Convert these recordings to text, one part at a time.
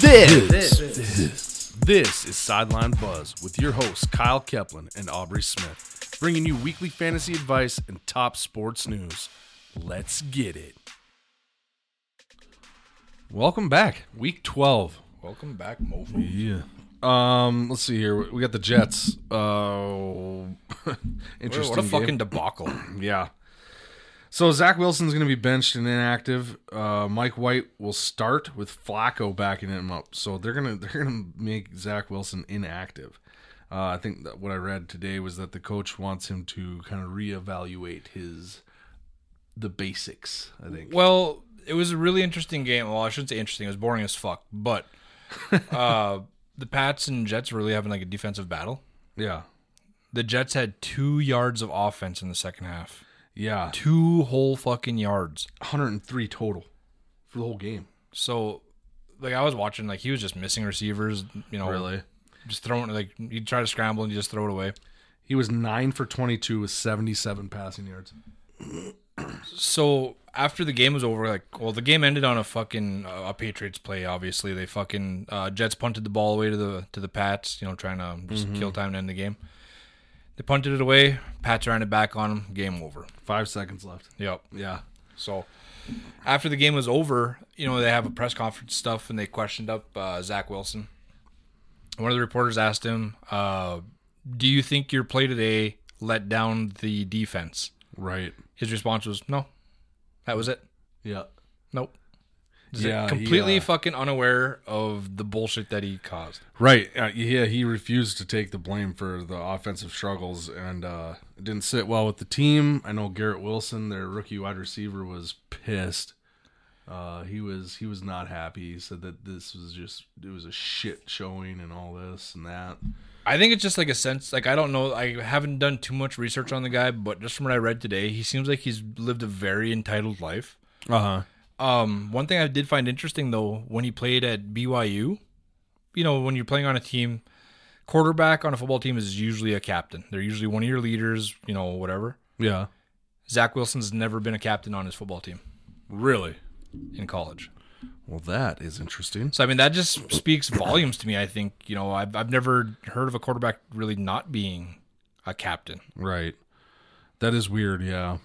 This, this, this, this is Sideline Buzz with your hosts Kyle Keplin and Aubrey Smith, bringing you weekly fantasy advice and top sports news. Let's get it. Welcome back, Week 12. Welcome back, Mofo. Yeah. Um, let's see here. We got the Jets. Uh, interesting. What a game. fucking debacle. Yeah. So Zach Wilson's going to be benched and inactive. Uh, Mike White will start with Flacco backing him up. So they're gonna they're gonna make Zach Wilson inactive. Uh, I think that what I read today was that the coach wants him to kind of reevaluate his the basics. I think. Well, it was a really interesting game. Well, I shouldn't say interesting. It was boring as fuck. But uh, the Pats and Jets were really having like a defensive battle. Yeah. The Jets had two yards of offense in the second half. Yeah. Two whole fucking yards. 103 total for the whole game. So, like, I was watching, like, he was just missing receivers, you know. Just throwing, like, he'd try to scramble and you just throw it away. He was nine for 22 with 77 passing yards. So after the game was over, like, well, the game ended on a fucking uh, a Patriots play. Obviously, they fucking uh, Jets punted the ball away to the to the Pats. You know, trying to just kill time to end the game. They punted it away. Pats ran it back on them. Game over. Five seconds left. Yep. Yeah. So after the game was over, you know, they have a press conference stuff and they questioned up uh, Zach Wilson. One of the reporters asked him, uh, "Do you think your play today let down the defense?" Right. His response was, "No, that was it." Yeah. Nope. Just Yeah, uh, completely yeah. fucking unaware of the bullshit that he caused. Right. Uh, yeah, he refused to take the blame for the offensive struggles and uh, it didn't sit well with the team. I know Garrett Wilson, their rookie wide receiver, was pissed. Uh, he was he was not happy. He said that this was just it was a shit showing and all this and that. I think it's just like a sense, like I don't know, I haven't done too much research on the guy, but just from what I read today, he seems like he's lived a very entitled life. Uh huh. Um, one thing I did find interesting though, when he played at BYU, you know, when you're playing on a team, quarterback on a football team is usually a captain. They're usually one of your leaders, you know, whatever. Yeah. Zach Wilson's never been a captain on his football team Really. in college. Well, that is interesting. So I mean that just speaks volumes to me. I think you know I've I've never heard of a quarterback really not being a captain. Right. That is weird, yeah.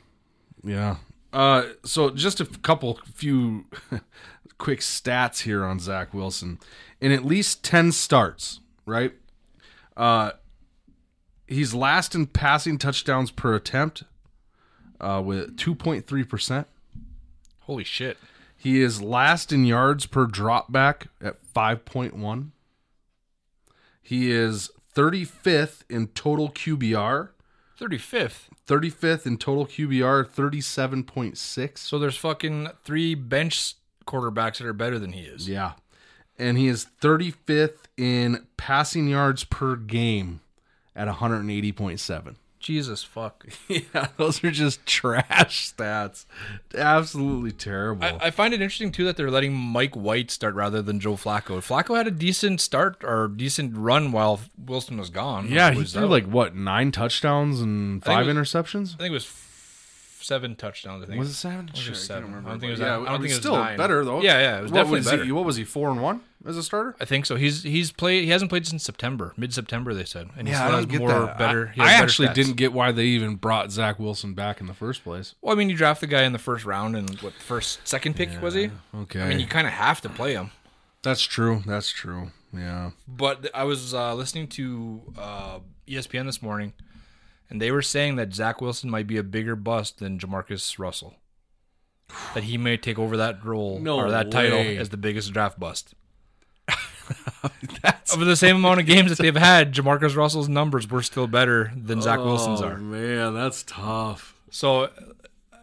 Yeah. Uh so just a f- couple few quick stats here on Zach Wilson. In at least 10 starts, right? Uh he's last in passing touchdowns per attempt uh with 2.3%. Holy shit! He is last in yards per drop back at 5.1. He is 35th in total QBR. Thirty fifth. 35th in total QBR, 37.6. So there's fucking three bench quarterbacks that are better than he is. Yeah. And he is 35th in passing yards per game at 180.7. Jesus fuck. Yeah, those are just trash stats. Absolutely terrible. I, I find it interesting too that they're letting Mike White start rather than Joe Flacco. Flacco had a decent start or decent run while Wilson was gone. yeah, he Was threw out. like what, nine touchdowns and think five it interceptions? I think it was f- seven touchdowns. I think Was it seven? it Shit, I seven? can't remember. I don't think it was Yeah, that- I don't I mean, think it was still nine. better though. Yeah, yeah, it was what definitely was He, better. what was he? Four and one as a starter? I think so. He's he's played. He hasn't played since September, mid September. They said, and he's runs more better. he I, has better actually stats. didn't get why they even brought Zach Wilson back in the first place. Well, I mean, you draft the guy in the first round, and what first second pick was he? Okay. I mean, you kind of have to play him. That's true. That's true. Yeah. But th- I was uh, listening to uh, ESPN this morning, and they were saying that Zach Wilson might be a bigger bust than Jamarcus Russell. That he may take over that role No or that title way. as the biggest draft bust. That's Over the same amount of games that they've had, Jamarcus Russell's numbers were still better than Oh. Zach Wilson's are. man, that's tough. So,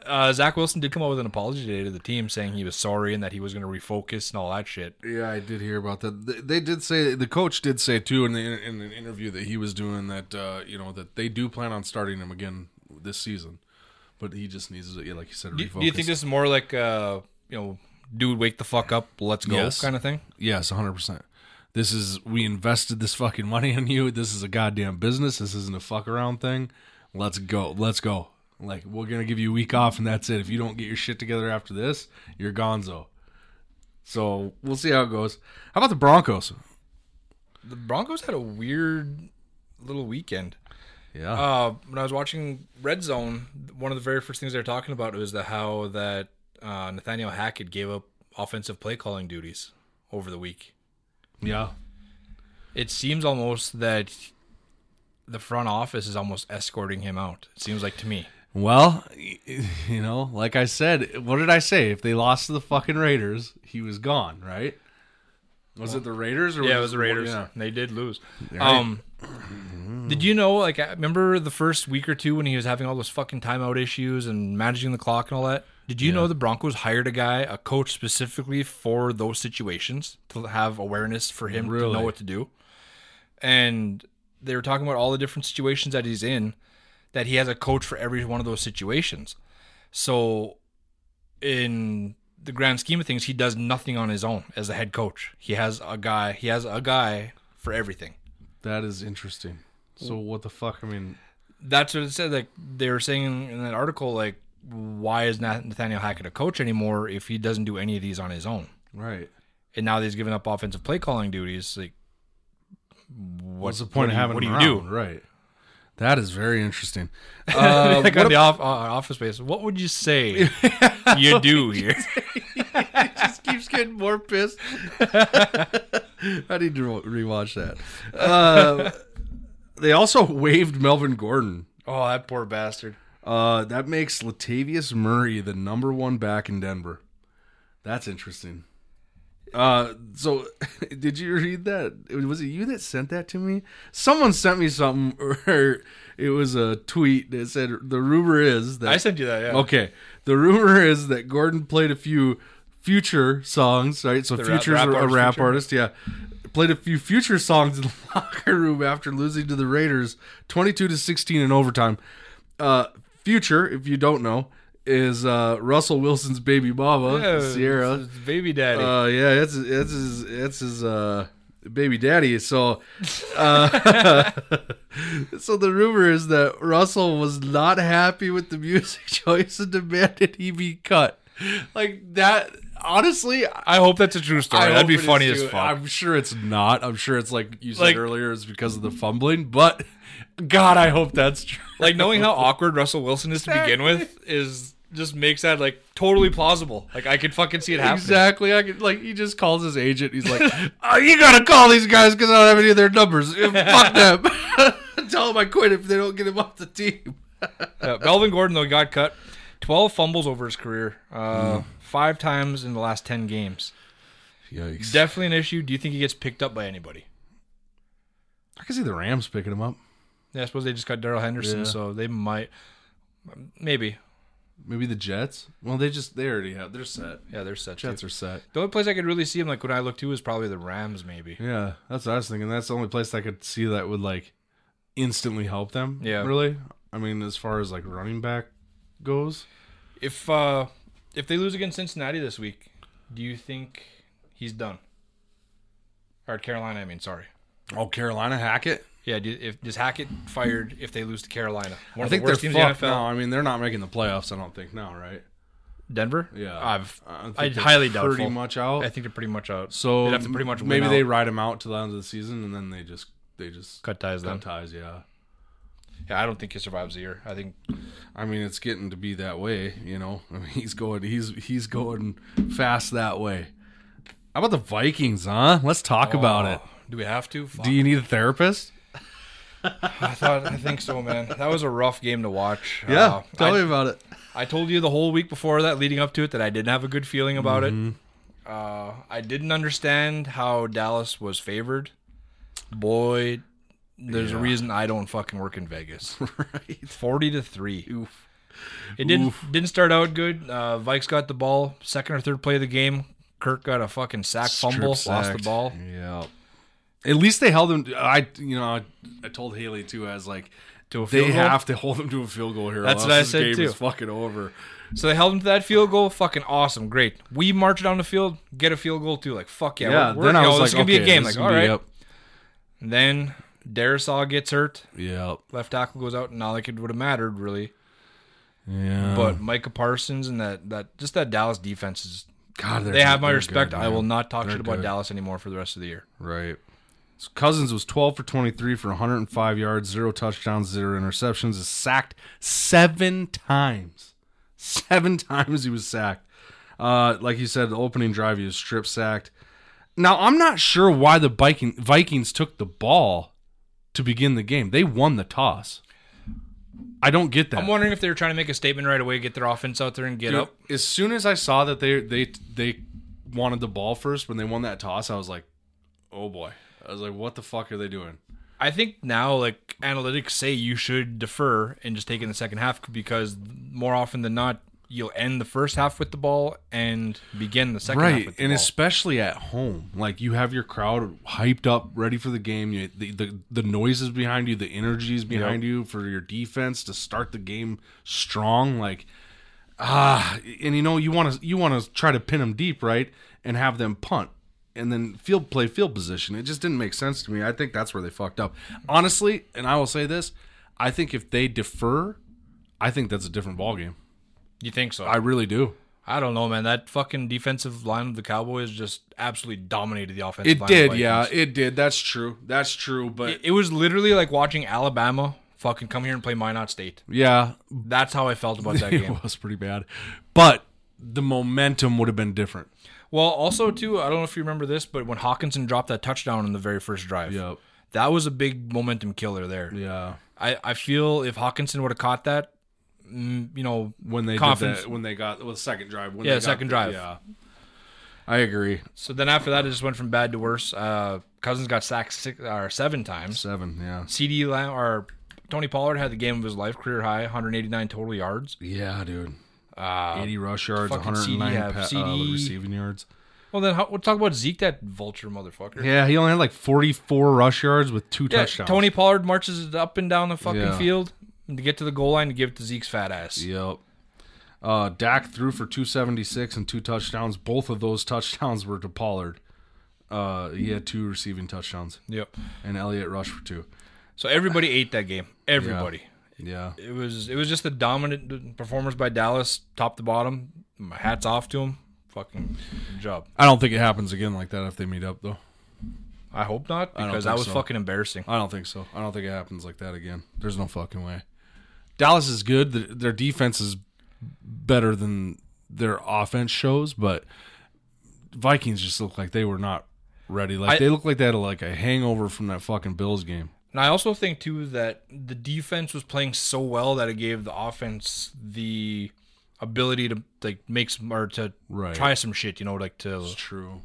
uh, Zach Wilson did come out with an apology today to the team, saying he was sorry and that he was going to refocus and all that shit. Yeah, I did hear about that. They, they did say the coach did say too in the in an interview that he was doing that uh, you know that they do plan on starting him again this season, but he just needs to yeah, like you said Do, refocus. do you think this is more like, uh, you know, dude, wake the fuck up, let's go, Yes. kind of thing? Yes, 100%. This is we invested this fucking money in you. This is a goddamn business. This isn't a fuck around thing. Let's go. Let's go. Like we're going to give you a week off and that's it. If you don't get your shit together after this, you're gonzo. So we'll see how it goes. How about the Broncos? The Broncos had a weird little weekend. Yeah. Uh, when I was watching Red Zone, one of the very first things they were talking about was the how that uh, Nathaniel Hackett gave up offensive play calling duties over the week. yeah. It seems almost that the front office is almost escorting him out. It seems like to me. Well, y- you know, like I said, what did I say? If they lost to the fucking Raiders, he was gone, right? Was it the Raiders or Yeah, was it was the Raiders. Yeah. They did lose. Um, did you know? Like, I remember the first week or two when he was having all those fucking timeout issues and managing the clock and all that. Did you know the Broncos hired a guy, a coach specifically for those situations to have awareness for him to Really? know what to do? And they were talking about all the different situations that he's in, that he has a coach for every one of those situations. So, in the grand scheme of things, he does nothing on his own as a head coach. He has a guy. He has a guy for everything. That is interesting. So what the fuck? I mean, That's what it said. Like they were saying in that article, like why is Nath- Nathaniel Hackett a coach anymore if he doesn't do any of these on his own? right. And now that he's given up offensive play calling duties. Like, What's the point what of do you- having what do him you around? do? Right. That is very interesting. like on the off, uh, office space, what would you say you do here? just keeps getting more pissed. I need to re- rewatch that. Uh, they also waived Melvin Gordon. oh, that poor bastard. Uh, that makes Latavius Murray the number one back in Denver. That's interesting. Uh, so did you read that? Was it you that sent that to me? Someone sent me something, or it was a tweet that said the rumor is that I sent you that. Yeah. Okay. The rumor is that Gordon played a few future songs, right? So rap- Future's rap a- a artist rap Future? artist, yeah. Played a few future songs in the locker room after losing to the Raiders 22 to 16 in overtime. Uh, future, if you don't know, is uh, Russell Wilson's baby mama, Yeah, Sierra. it's- it's baby daddy. Uh, yeah, that's that's his that's his uh, baby daddy. So, uh, so the rumor is that Russell was not happy with the music choice and demanded he be cut. Like that, honestly. I- I hope that's a true story. I That'd be hope it funny is as too. fuck. I'm sure it's not. I'm sure it's like you said Like- earlier, it's because of the fumbling. But God, I hope that's true. like knowing how awkward Russell Wilson is to begin with is just makes that like totally plausible. Like I could fucking see it happening. Exactly. I could, like he just calls his agent. He's like, oh, "You gotta call these guys because I don't have any of their numbers. Uh, Fuck them. Tell them I quit if they don't get him off the team." Uh, Melvin Gordon though got cut. Twelve fumbles over his career. Uh, Five times in the last ten games. Yikes! Definitely an issue. Do you think he gets picked up by anybody? I can see the Rams picking him up. Yeah, I suppose they just got Daryl Henderson, Yeah. so they might. Maybe. Maybe the Jets. Well, they just they already have. They're set. Yeah, they're set. Jets are set. The only place I could really see him, like when I look to, is probably the Rams. Maybe. Yeah, that's what I was thinking. That's the only place I could see that would like instantly help them. Yeah. Really. I mean, as far as like running back goes, If uh if they lose against Cincinnati this week, do you think he's done? Or Carolina, I mean, sorry. oh Carolina Hackett. Yeah, do, if does Hackett fired if they lose to Carolina? I One of think the worst they're teams in the fucked NFL. now. I mean, they're not making the playoffs. I don't think now, right? Denver? Yeah. I've I I think highly they're doubtful. Pretty much out. I think they're pretty much out. So they'd have to pretty much maybe win they out, ride him out to the end of the season, and then they just they just cut, cut ties then. ties. Yeah, Yeah, I don't think he survives the year. I think I mean it's getting to be that way. You know, I mean he's going he's he's going fast that way. How about the Vikings, huh? Let's talk about it. Oh, Do we have to? Fuck. Do you need a therapist? I thought I think so, man. That was a rough game to watch. Uh, tell I, me about it. I told you the whole week before that, leading up to it, that I didn't have a good feeling about it. Mm-hmm. Uh, I didn't understand how Dallas was favored. Boy, there's a Yeah. reason I don't fucking work in Vegas. right. Forty to three. Oof. It didn't didn't start out good. Uh, Vikes got the ball second or third play of the game. Kirk got a fucking sack fumble, Strip lost the sacked. ball. Yeah. At least they held him. I you know I, I told Haley too. I was like, To a they field goal? have to hold him to a field goal here. That's or what I else this said, game too. Is fucking over. So they held him to that field goal. Fucking awesome, great. We march down the field, get a field goal too. Like fuck yeah, Yeah. we're, then we're, I was you know, like, this is gonna be a okay, game. this Like is all gonna right. be- And then Darisaw gets hurt. Yep. Left tackle goes out, and all like it would have mattered really. Yep. Yeah. Mm. But Micah Parsons and that that just that Dallas defense is God, they're- They have my they're respect. good, I man. will not talk They're shit about good. Dallas anymore for the rest of the year. Right. So Cousins was 12 for 23 for 105 yards, zero touchdowns, zero interceptions. Is sacked seven times. Seven times he was sacked. Uh, like you said, the opening drive he was strip sacked. Now I'm not sure why the Viking, Vikings took the ball to begin the game. They won the toss. I don't get that. I'm wondering if they were trying to make a statement right away, get their offense out there and get Dude, up. As soon as I saw that they they they wanted the ball first when they won that toss, I was like, oh boy. I was like, what the fuck are they doing? I think now, like analytics say, you should defer and just take it in the second half because more often than not, you'll end the first half with the ball and begin the second half right with the and ball. especially at home like you have your crowd hyped up ready for the game you, the, the the noises behind you the energies behind you for your defense to start the game strong like ah and you know you want to you want to try to pin them deep right and have them punt and then field play field position it just didn't make sense to me i think that's where they fucked up honestly and i will say this i think if they defer i think that's a different ballgame you think so? i I, really do don't know, man. That fucking defensive line of the Cowboys just absolutely dominated the offensive It line. of did, Vikings. yeah, it did. That's true. That's true. But It, it was literally like watching Alabama fucking come here and play Minot State. yeah, That's how I felt about that game. it was pretty bad. But the momentum would have been different. Well, also too, I don't know if you remember this, but when Hawkinson dropped that touchdown on the very first drive, Yep. that was a big momentum killer there. Yeah. I, I feel if Hawkinson would have caught that, mm, you know, When they Confidence. did that, when they got well, the second drive. When Yeah, they got second the- drive. Yeah. I agree. so then after that, it just went from bad to worse. Uh, Cousins got sacked six or seven times. Seven. Yeah. CD Lamb or Tony Pollard had the game of his life, career high, 189 total yards. Yeah, dude. Uh, Eighty rush yards, fucking 109 CD have pa- uh, CD. receiving yards. well, then how, we'll talk about Zeke, that vulture motherfucker. Yeah, he only had like 44 rush yards with two Yeah, touchdowns. Tony Pollard marches up and down the fucking Yeah. field to get to the goal line to give it to Zeke's fat ass. Yep. Uh, Dak threw for 276 and two touchdowns. Both of those touchdowns were to Pollard. Uh, he had two receiving touchdowns, Yep. and Elliott rushed for two. So everybody ate that game. Everybody. Yeah. It was it was just the dominant performers by Dallas, top to bottom. My hats off to them. Fucking good job. I don't think it happens again like that if they meet up, though. I hope not don't because that think was so. fucking embarrassing. I don't think so. I don't think it happens like that again. There's no fucking way. Dallas is good. Th- Their defense is better than their offense shows, but Vikings just look like they were not ready. Like I- they look like they had like a hangover from that fucking Bills game. And I also think too that the defense was playing so well that it gave the offense the ability to like make some or to Right. try some shit, you know, like to True.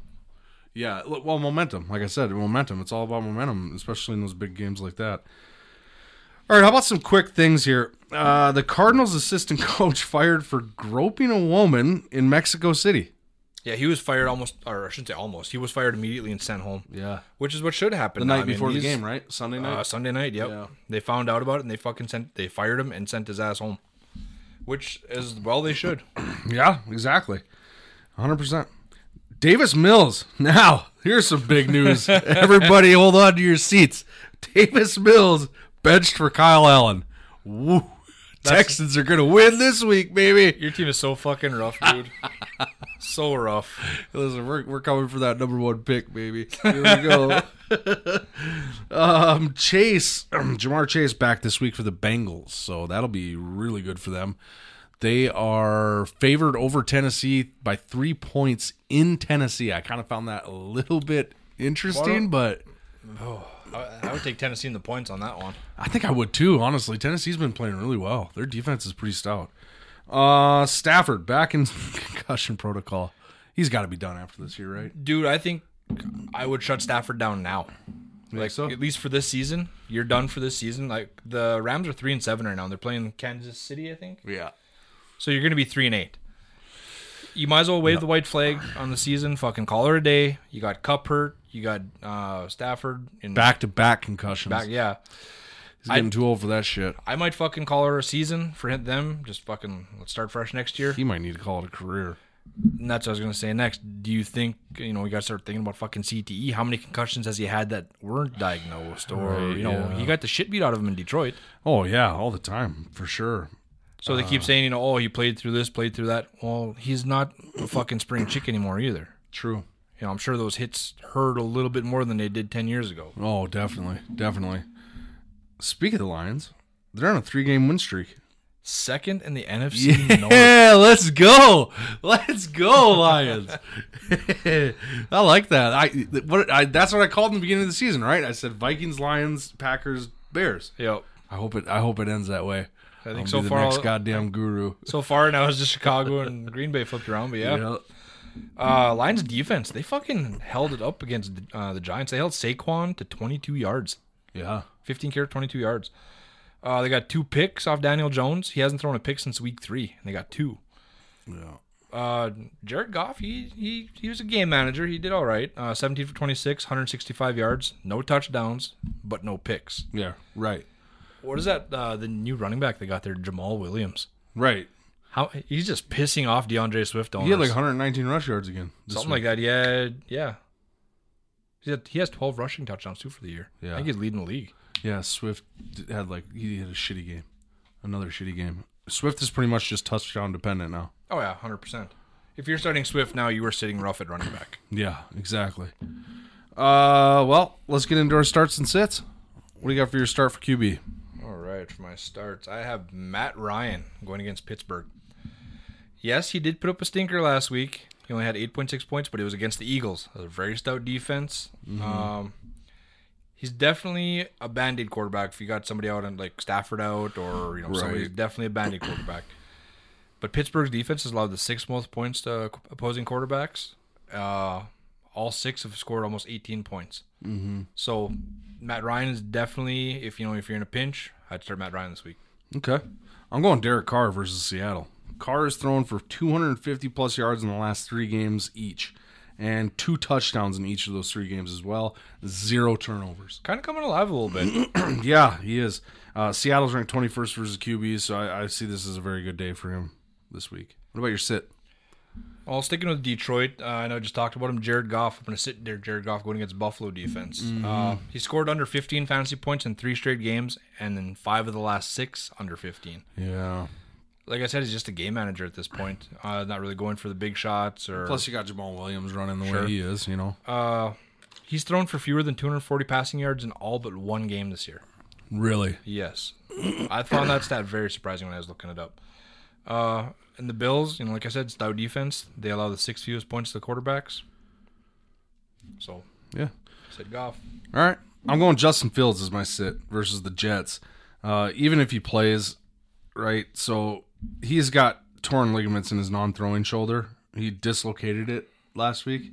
Yeah. l- Well, momentum. Like I said, momentum. It's all about momentum, especially in those big games like that. All right. How about some quick things here? Uh, the Cardinals' assistant coach fired for groping a woman in Mexico City. Yeah, he was fired almost or I shouldn't say almost. He was fired immediately and sent home. Yeah. Which is what should happen. The now. night I mean, before these- the game, right? Sunday night. Uh, Sunday night, yep. Yeah. They found out about it and they fucking sent they fired him and sent his ass home. Which is well they should. yeah. Exactly. 100. percent Davis Mills. Now, here's some big news. Everybody, hold on to your seats. Davis Mills benched for Kyle Allen. Woo. Texans are going to win this week, baby. Your team is so fucking rough, dude. so rough. Listen, we're, we're coming for that number one pick, baby. Here we go. um, Chase, Jamar Chase back this week for the Bengals, so that'll be really good for them. They are favored over Tennessee by three points in Tennessee. I kind of found that a little bit interesting, but I, I would take Tennessee in the points on that one. I think I would too, honestly. Tennessee's been playing really well. Their defense is pretty stout. Uh, Stafford back in concussion protocol. He's got to be done after this year, right? Dude, I think I would shut Stafford down now. Like so? at least for this season. You're done for this season. Like the Rams are three and seven right now. They're playing Kansas City, I think. Yeah. So you're gonna be three and eight. You might as well wave the white flag on the season. Fucking call her a day. You got Cup hurt. You got uh, Stafford in Back to back concussions. back. Yeah, He's getting too old for that shit. I might fucking call her a season for hit them. Just fucking let's start fresh next year. He might need to call it a career. And that's what I was gonna say next. Do you think you know we gotta start thinking about fucking CTE? How many concussions has he had that weren't diagnosed? Or Right, you know yeah. he got the shit beat out of him in Detroit. Oh yeah, all the time for sure. So they keep saying, you know, oh, he played through this, played through that. Well, he's not a fucking spring chick anymore either. True. You know, I'm sure those hits hurt a little bit more than they did 10 years ago. Oh, definitely, definitely. Speak of the Lions, they're on a three-game win streak. Second in the NFC North. Yeah, let's go, let's go, Lions. I like that. I what I that's what I called in the beginning of the season, right? I said Vikings, Lions, Packers, Bears. Yep. I hope it. I hope it ends that way. I think I'll so be the far Next I'll- goddamn guru. So far now it's just Chicago and Green Bay flipped around, but yeah. Yeah. Uh, Lions defense, they fucking held it up against uh, the Giants. They held Saquon to 22 yards, Yeah. 15 carries, 22 yards. Uh, they got two picks off Daniel Jones. He hasn't thrown a pick since week three, and they got two. Yeah. Uh, Jared Goff, he, he he was a game manager. He did all right. Uh, 17 for 26, 165 yards, no touchdowns, but no picks. Yeah. Right. What is that? Uh, the new running back they got there, Jamal Williams. Right. How he's just pissing off DeAndre Swift. He had owners. like 119 rush yards again. this something week. like that. Yeah, yeah. He had, he has 12 rushing touchdowns too for the year. Yeah. I think he's leading the league. Yeah, Swift d- had like he had a shitty game, another shitty game. Swift is pretty much just touchdown dependent now. Oh yeah, 100. percent If you're starting Swift now, you were sitting rough at running back. Yeah, exactly. Uh, well, let's get into our starts and sits. What do you got for your start for QB? All right, for my starts, I have Matt Ryan going against Pittsburgh. Yes, he did put up a stinker last week. He only had 8.6 points, but it was against the Eagles, a very stout defense. Um, he's definitely a band-aid quarterback. If you got somebody out and like Stafford out, or you know, somebody's Right. definitely a band-aid quarterback. But Pittsburgh's defense has allowed the sixth most points to opposing quarterbacks. Uh, all six have scored almost 18 points. So Matt Ryan is definitely if you know if you're in a pinch, I'd start Matt Ryan this week. Okay, I'm going Derek Carr versus Seattle. Carr is thrown for 250 plus yards in the last three games each, and two touchdowns in each of those three games as well. Zero turnovers. Kind of coming alive a little bit. Yeah, he is. Uh, Seattle's ranked 21st versus QB, so I, I see this as a very good day for him this week. What about your sit? well, sticking with Detroit, uh, I know I just talked about him. Jared Goff, I'm going to sit there. Jared Goff going against Buffalo defense. Uh, he scored under 15 fantasy points in three straight games, and then five of the last six under 15. Yeah. Like I said, he's just a game manager at this point. Uh, not really going for the big shots or Plus, you got Jamal Williams running the Sure. way he is, you know. Uh, he's thrown for fewer than 240 passing yards in all but one game this year. Really? Yes. I found that stat very surprising when I was looking it up. Uh, and the Bills, you know, like I said, stout defense. They allow the sixth fewest points to the quarterbacks. So, Yeah. I said Goff. All right. I'm going Justin Fields as my sit versus the Jets. Uh, even if he plays, right? So he's got torn ligaments in his non throwing shoulder. He dislocated it last week.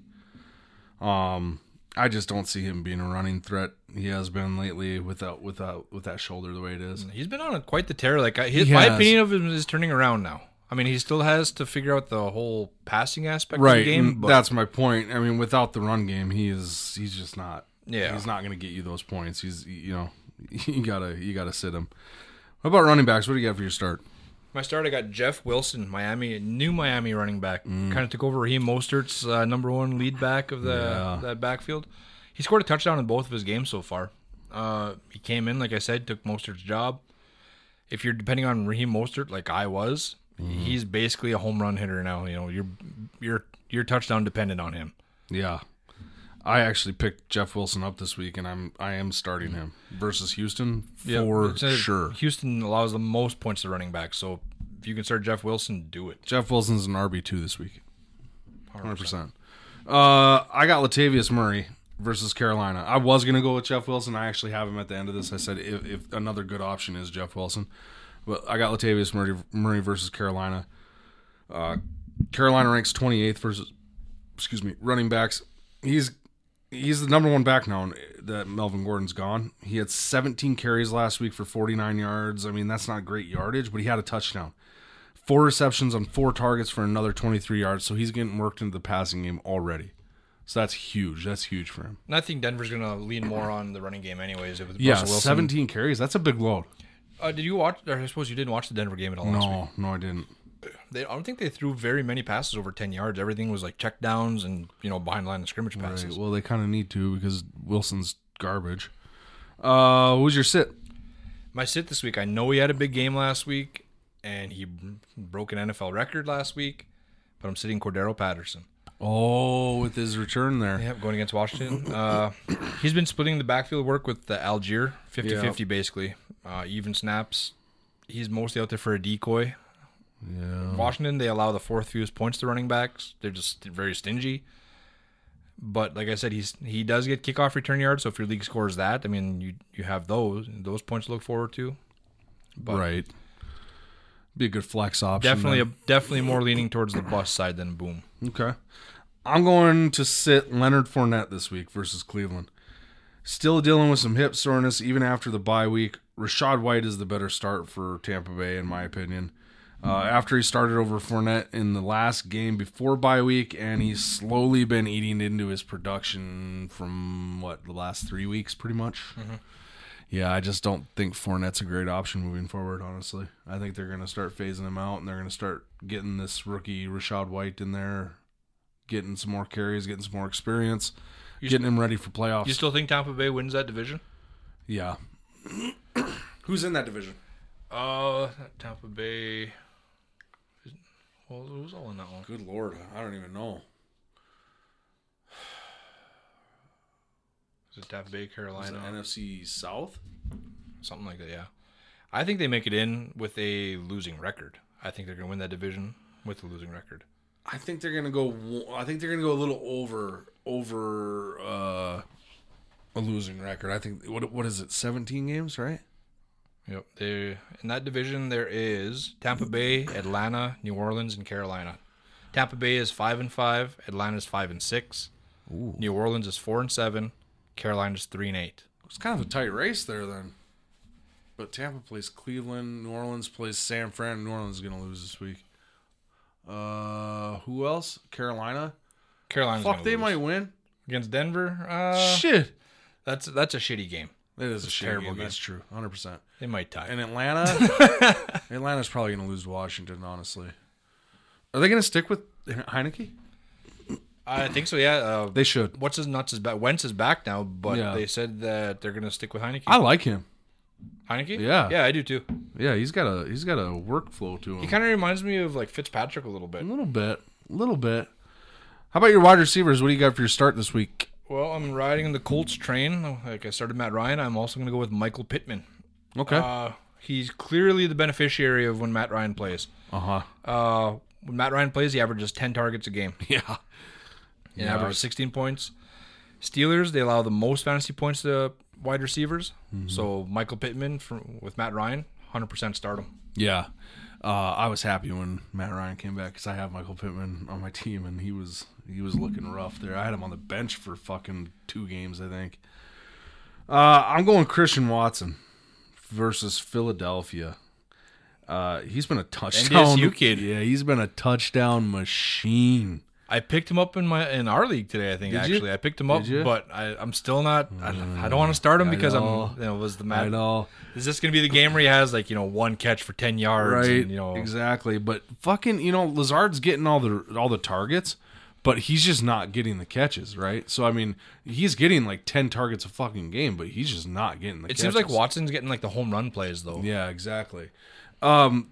Um, I just don't see him being a running threat. He has been lately without without with that shoulder the way it is. He's been on a, quite the tear. Like, I, his, my has. opinion of him is turning around now. I mean, he still has to figure out the whole passing aspect of the Right. game. and But that's my point. I mean, without the run game, he is he's just not. Yeah. He's not going to get you those points. He's you know you gotta you gotta sit him. What about running backs? What do you got for your start? my start, I got Jeff Wilson, Miami, new Miami running back. Kind of took over Raheem Mostert's uh, number one lead back of the Yeah. that backfield. He scored a touchdown in both of his games so far. Uh, he came in, like I said, took Mostert's job. If you're depending on Raheem Mostert, like I was, he's basically a home run hitter now. You know, you're you're you're touchdown dependent on him. Yeah, I actually picked Jeff Wilson up this week, and I'm I am starting him versus Houston for It's a- sure. Houston allows the most points to running back, so if you can start Jeff Wilson, do it. Jeff Wilson's an RB two this week, hundred percent. Uh, I got Latavius Murray versus Carolina. I was gonna go with Jeff Wilson. I actually have him at the end of this. I said if, if another good option is Jeff Wilson, but I got Latavius Murray Murray versus Carolina. Uh, Carolina ranks twenty eighth versus excuse me running backs. He's he's the number one back now that Melvin Gordon's gone. He had 17 carries last week for 49 yards. I mean, that's not great yardage, but he had a touchdown. Four receptions on four targets for another 23 yards, so he's getting worked into the passing game already. So that's huge. That's huge for him. And I think Denver's going to lean more on the running game, anyways. With Yeah, Russell Wilson. 17 carries. That's a big load. Uh, did you watch? Or I suppose you didn't watch the Denver game at all. last week. No, no, I didn't. They, I don't think they threw very many passes over ten yards. Everything was like checkdowns and you know behind line of scrimmage passes. Right, Well, they kind of need to because Wilson's garbage. Uh, who's your sit? My sit this week. I know he had a big game last week. and he b- broke an NFL record last week. But I'm sitting Cordero Patterson. Oh, with his return there. Yep, going against Washington. Uh, he's been splitting the backfield work with the Algier 50 50 basically. Uh, even snaps. He's mostly out there for a decoy. Yeah. Washington, they allow the fourth fewest points to running backs. They're just very stingy. But like I said, he's he does get kickoff return yards. So if your league scores that, I mean, you you have those those points to look forward to. But Right. Be a good flex option. definitely then. a, definitely more leaning towards the bust side than boom. Okay. I'm going to sit Leonard Fournette this week versus Cleveland. Still dealing with some hip soreness even after the bye week. Rashad White is the better start for Tampa Bay, in my opinion. Uh, after he started over Fournette in the last game before bye week, and he's slowly been eating into his production from what the last three weeks, pretty much. Yeah, I just don't think Fournette's a great option moving forward, honestly. I think they're going to start phasing him out and they're going to start getting this rookie Rashad White in there, getting some more carries, getting some more experience, getting him ready for playoffs. You still think Tampa Bay wins that division? yeah. Who's in that division? Uh, Tampa Bay. Well, who's all in that one? Good lord, I don't even know. Is it Tampa Bay, Is it Carolina, NFC South? something like that? Yeah, I think they make it in with a losing record. I think they're gonna win that division with a losing record. I think they're gonna go. wo- I think they're gonna go a little over over uh, a losing record. I think what what is it? Seventeen games, right? Yep. They in that division there is Tampa Bay, Atlanta, New Orleans, and Carolina. Tampa Bay is five and five. Atlanta's five and six. New Orleans is four and seven. Carolina's three and eight. It's kind of a tight race there then. But Tampa plays Cleveland, New Orleans plays San Fran. New Orleans is going to lose this week. Uh, who else? Carolina. Carolina's Fuck, gonna they lose. might win. against Denver. Uh, Shit, that's that's a shitty game. that is a terrible. terrible Game. game. That's true, hundred percent. They might tie. And Atlanta, Atlanta's probably going to lose to Washington. Honestly, are they going to stick with Heineke? I think so. Yeah. Uh, They should. what's his nuts is back. Wentz is back now, but Yeah. they said that they're gonna stick with Heineke. I like him. Heineke. Yeah. Yeah, I do too. Yeah, he's got a he's got a workflow to him. He kind of reminds me of like Fitzpatrick a little bit. a little bit, a little bit. How about your wide receivers? What do you got for your start this week? Well, I'm riding the Colts train. Like I started Matt Ryan, I'm also going to go with Michael Pittman. Okay. Uh, he's clearly the beneficiary of when Matt Ryan plays. Uh huh. Uh, when Matt Ryan plays, he averages 10 targets a game. Yeah. He Yeah. averages 16 points. Steelers, they allow the most fantasy points to wide receivers. Mm-hmm. So Michael Pittman from, with Matt Ryan, 100% start him. Yeah. Uh, I was happy when Matt Ryan came back because I have Michael Pittman on my team and he was he was looking rough there. I had him on the bench for fucking two games, I think. Uh, I'm going Christian Watson versus Philadelphia. Uh, he's been a touchdown. NDSU kid. Yeah, he's been a touchdown machine. I picked him up in my in our league today. I think Did you? actually I picked him up, Did you? Mm, but I, I'm still not. I, I don't want to start him I because know. I'm. You know, it was the I Matt know, Is this going to be the game where he has like you know one catch for ten yards? right? And, you know, Exactly. But fucking, you know, Lazard's getting all the all the targets, but he's just not getting the catches, right? So I mean, he's getting like ten targets a fucking game, but he's just not getting the. it catches. seems like Watson's getting like the home run plays though. Yeah, exactly. Um,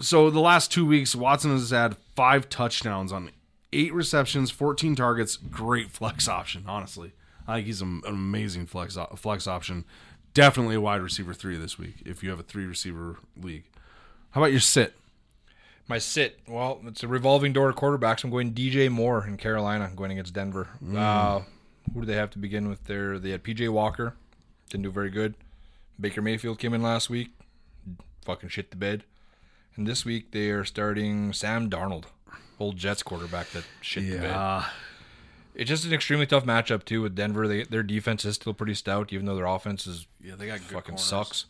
so the last two weeks, Watson has had five touchdowns on eight receptions, fourteen targets. Great flex option, honestly. I think he's an an amazing flex op- flex option. Definitely a wide receiver three this week if you have a three receiver league. How about your sit? My sit, well, it's a revolving door of quarterbacks. I'm going DJ Moore in Carolina, going against Denver. Uh, who do they have to begin with? There, they had PJ Walker, didn't do very good. Baker Mayfield came in last week, fucking shit the bed. And this week they are starting Sam Darnold, old Jets quarterback that shit the bed. It's just an extremely tough matchup too with Denver. They, their defense is still pretty stout, even though their offense is Yeah, they got good fucking corners. sucks.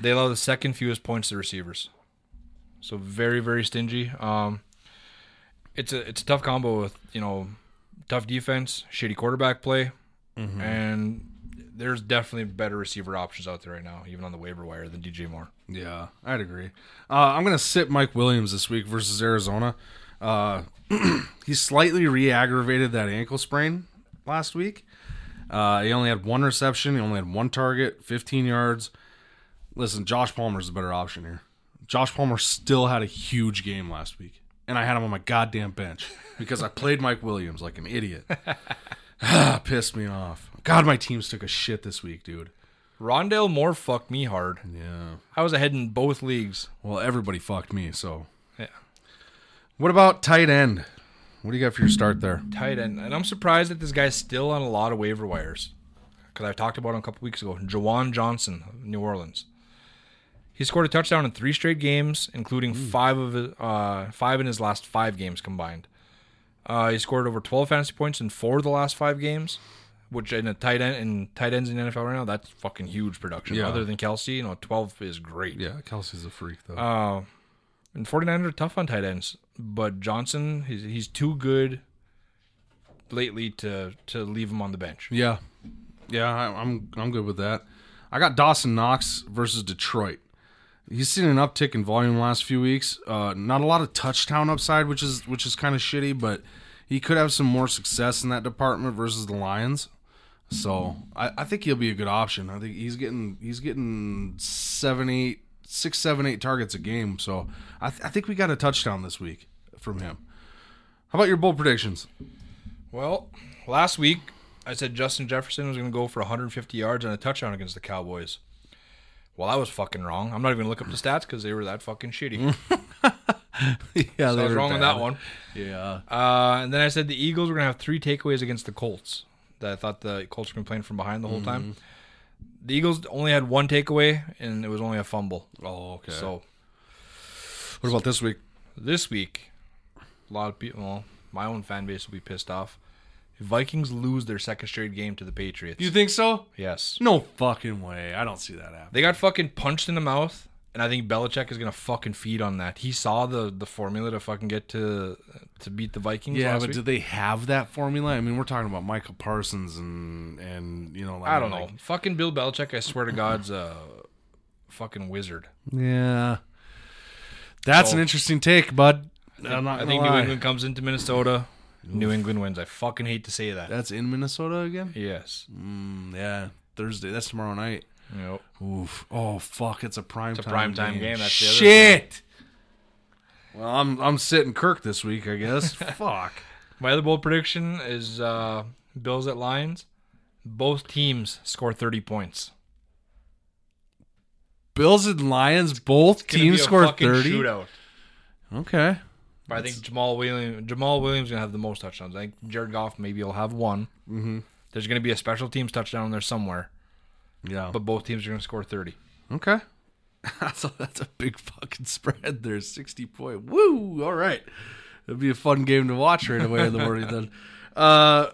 They allow the second fewest points to receivers, so very very stingy. Um, it's a it's a tough combo with you know tough defense, shitty quarterback play, Mm-hmm. and there's definitely better receiver options out there right now, even on the waiver wire than DJ Moore. Yeah, I'd agree. Uh, I'm going to sit Mike Williams this week versus Arizona. Uh, he slightly re aggravated that ankle sprain last week. Uh, he only had one reception, he only had one target, 15 yards. Listen, Josh Palmer's a better option here. Josh Palmer still had a huge game last week, and I had him on my goddamn bench because I played Mike Williams like an idiot. Ah, Pissed me off. God, my teams took a shit this week, dude. Rondell Moore fucked me hard. Yeah. I was ahead in both leagues. Well, everybody fucked me, so. Yeah. What about tight end? What do you got for your start there? Tight end. And I'm surprised that this guy's still on a lot of waiver wires. Because I talked about him a couple weeks ago. Jawan Johnson, of New Orleans. He scored a touchdown in three straight games, including five of his- uh, five in his last five games combined. Uh, he scored over 12 fantasy points in four of the last five games, which in a tight end in tight ends in the NFL right now, that's fucking huge production. Yeah. Other than Kelsey, you know, 12 is great. Yeah, Kelsey's a freak, though. Uh, and 49ers are tough on tight ends, but Johnson, he's, he's too good lately to to leave him on the bench. Yeah, yeah, I, I'm I'm good with that. I got Dawson Knox versus Detroit. He's seen an uptick in volume the last few weeks. Uh, not a lot of touchdown upside, which is which is kind of shitty, but he could have some more success in that department versus the Lions. So I, I think he'll be a good option. I think he's getting he's getting seven eight six seven eight targets a game. So I, th- I think we got a touchdown this week from him. How about your bold predictions? Well, last week I said Justin Jefferson was going to go for 150 yards and a touchdown against the Cowboys. Well, I was fucking wrong. I'm not even going to look up the stats because they were that fucking shitty. yeah, So I was wrong on that one. Yeah, Uh, and then I said the Eagles were going to have three takeaways against the Colts. That I thought the Colts were going to play in from behind the whole time. Mm-hmm. The Eagles only had one takeaway, and it was only a fumble. Oh, okay. So what about this week? this week, a lot of people, well, my own fan base will be pissed off. Vikings lose their second straight game to the Patriots. You think so? yes. No fucking way. I don't see that happen. They got fucking punched in the mouth, and I think Belichick is going to fucking feed on that. He saw the, the formula to fucking get to to beat the Vikings Yeah, last but week. do they have that formula? I mean, we're talking about Michael Parsons and and you know, like, I don't know. like- Fucking Bill Belichick, I swear to God's a fucking wizard. yeah, that's So- an interesting take, bud. I'm not I gonna think New lie. England comes into Minnesota. New England wins. I fucking hate to say that. That's in Minnesota again. Yes. Mm, yeah, Thursday. That's tomorrow night. Nope. Oof. Oh fuck! It's a prime. a primetime game, that's the other Shit. Well, I'm I'm sitting Kirk this week, I guess. fuck. My other bold prediction is uh, Bills at Lions. Both teams score 30 points. Bills and Lions both It's gonna be teams a scored fucking thirty. Shootout. Okay. But I think Jamal Williams, Jamal Williams going to have the most touchdowns. I think Jared Goff maybe will have one. Mm-hmm. There's going to be a special teams touchdown in there somewhere, Yeah. but both teams are going to score 30. Okay. so that's a big fucking spread there. 60 point. Woo! All right. It'll be a fun game to watch right away in the morning then. Uh,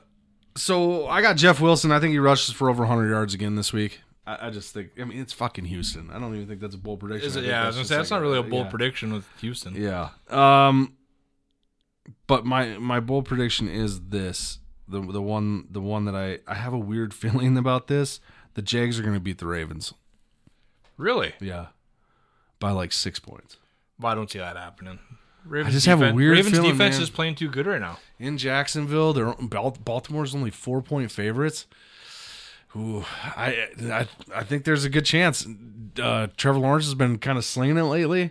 so I got Jeff Wilson. I think he rushes for over 100 yards again this week. I, I just think, I mean, it's fucking Houston. I don't even think that's a bold prediction. Is it, think yeah, I was going just to say, that's like not really a bold yeah. prediction with Houston. Yeah. Um but my my bold prediction is this. The the one the one that I I have a weird feeling about this. The Jags are going to beat the Ravens. Really? Yeah. By like 6 points. Well, I don't see that happening. Ravens just have a weird Ravens feeling, defense man. is playing too good right now. In Jacksonville, they're Bal- Baltimore's only 4-point favorites. Ooh, I, I I think there's a good chance. Uh, Trevor Lawrence has been kind of slinging it lately.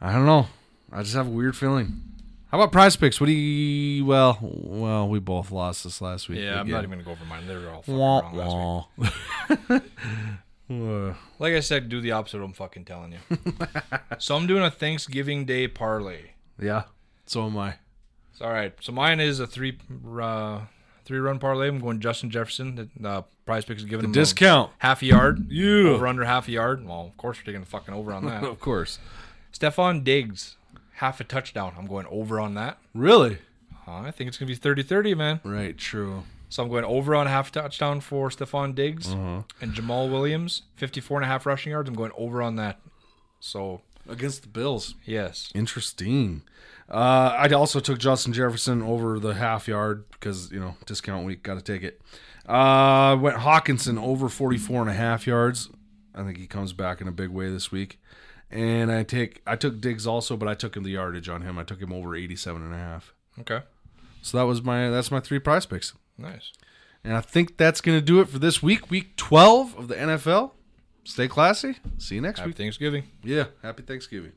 I don't know. I just have a weird feeling. How about Prize Picks? What do you? Well, well, we both lost this last week. Yeah, I'm not again. even gonna go over mine. They were all fucking Wah, wrong last week. wah. Uh, Like I said, do the opposite. of what I'm fucking telling you. so I'm doing a Thanksgiving Day parlay. yeah, so am I. It's all right. So mine is a three uh, three run parlay. I'm going Justin Jefferson. The uh, Prize Picks is giving him a Discount. half a yard. Yeah. over under half a yard. Well, of course we're taking the fucking over on that. Of course. Stefan Diggs half a touchdown. I'm going over on that. Really? Uh, I think it's gonna be 30-30, man. Right. True. So I'm going over on half touchdown for Stephon Diggs and Jamal Williams, 54 and a half rushing yards. I'm going over on that. So, Against the Bills. yes. Interesting. Uh, I also took Justin Jefferson over the half yard because, you know, discount week, got to take it. Uh, went Hawkinson over 44 and a half yards. I think he comes back in a big way this week. And I take I took Diggs also, but I took him the yardage on him. I took him over 87 and a half. Okay. So that was my that's my three prize picks. Nice. And I think that's going to do it for this week, week 12 of the NFL. Stay classy. See you next Happy week. Thanksgiving. Yeah, happy Thanksgiving.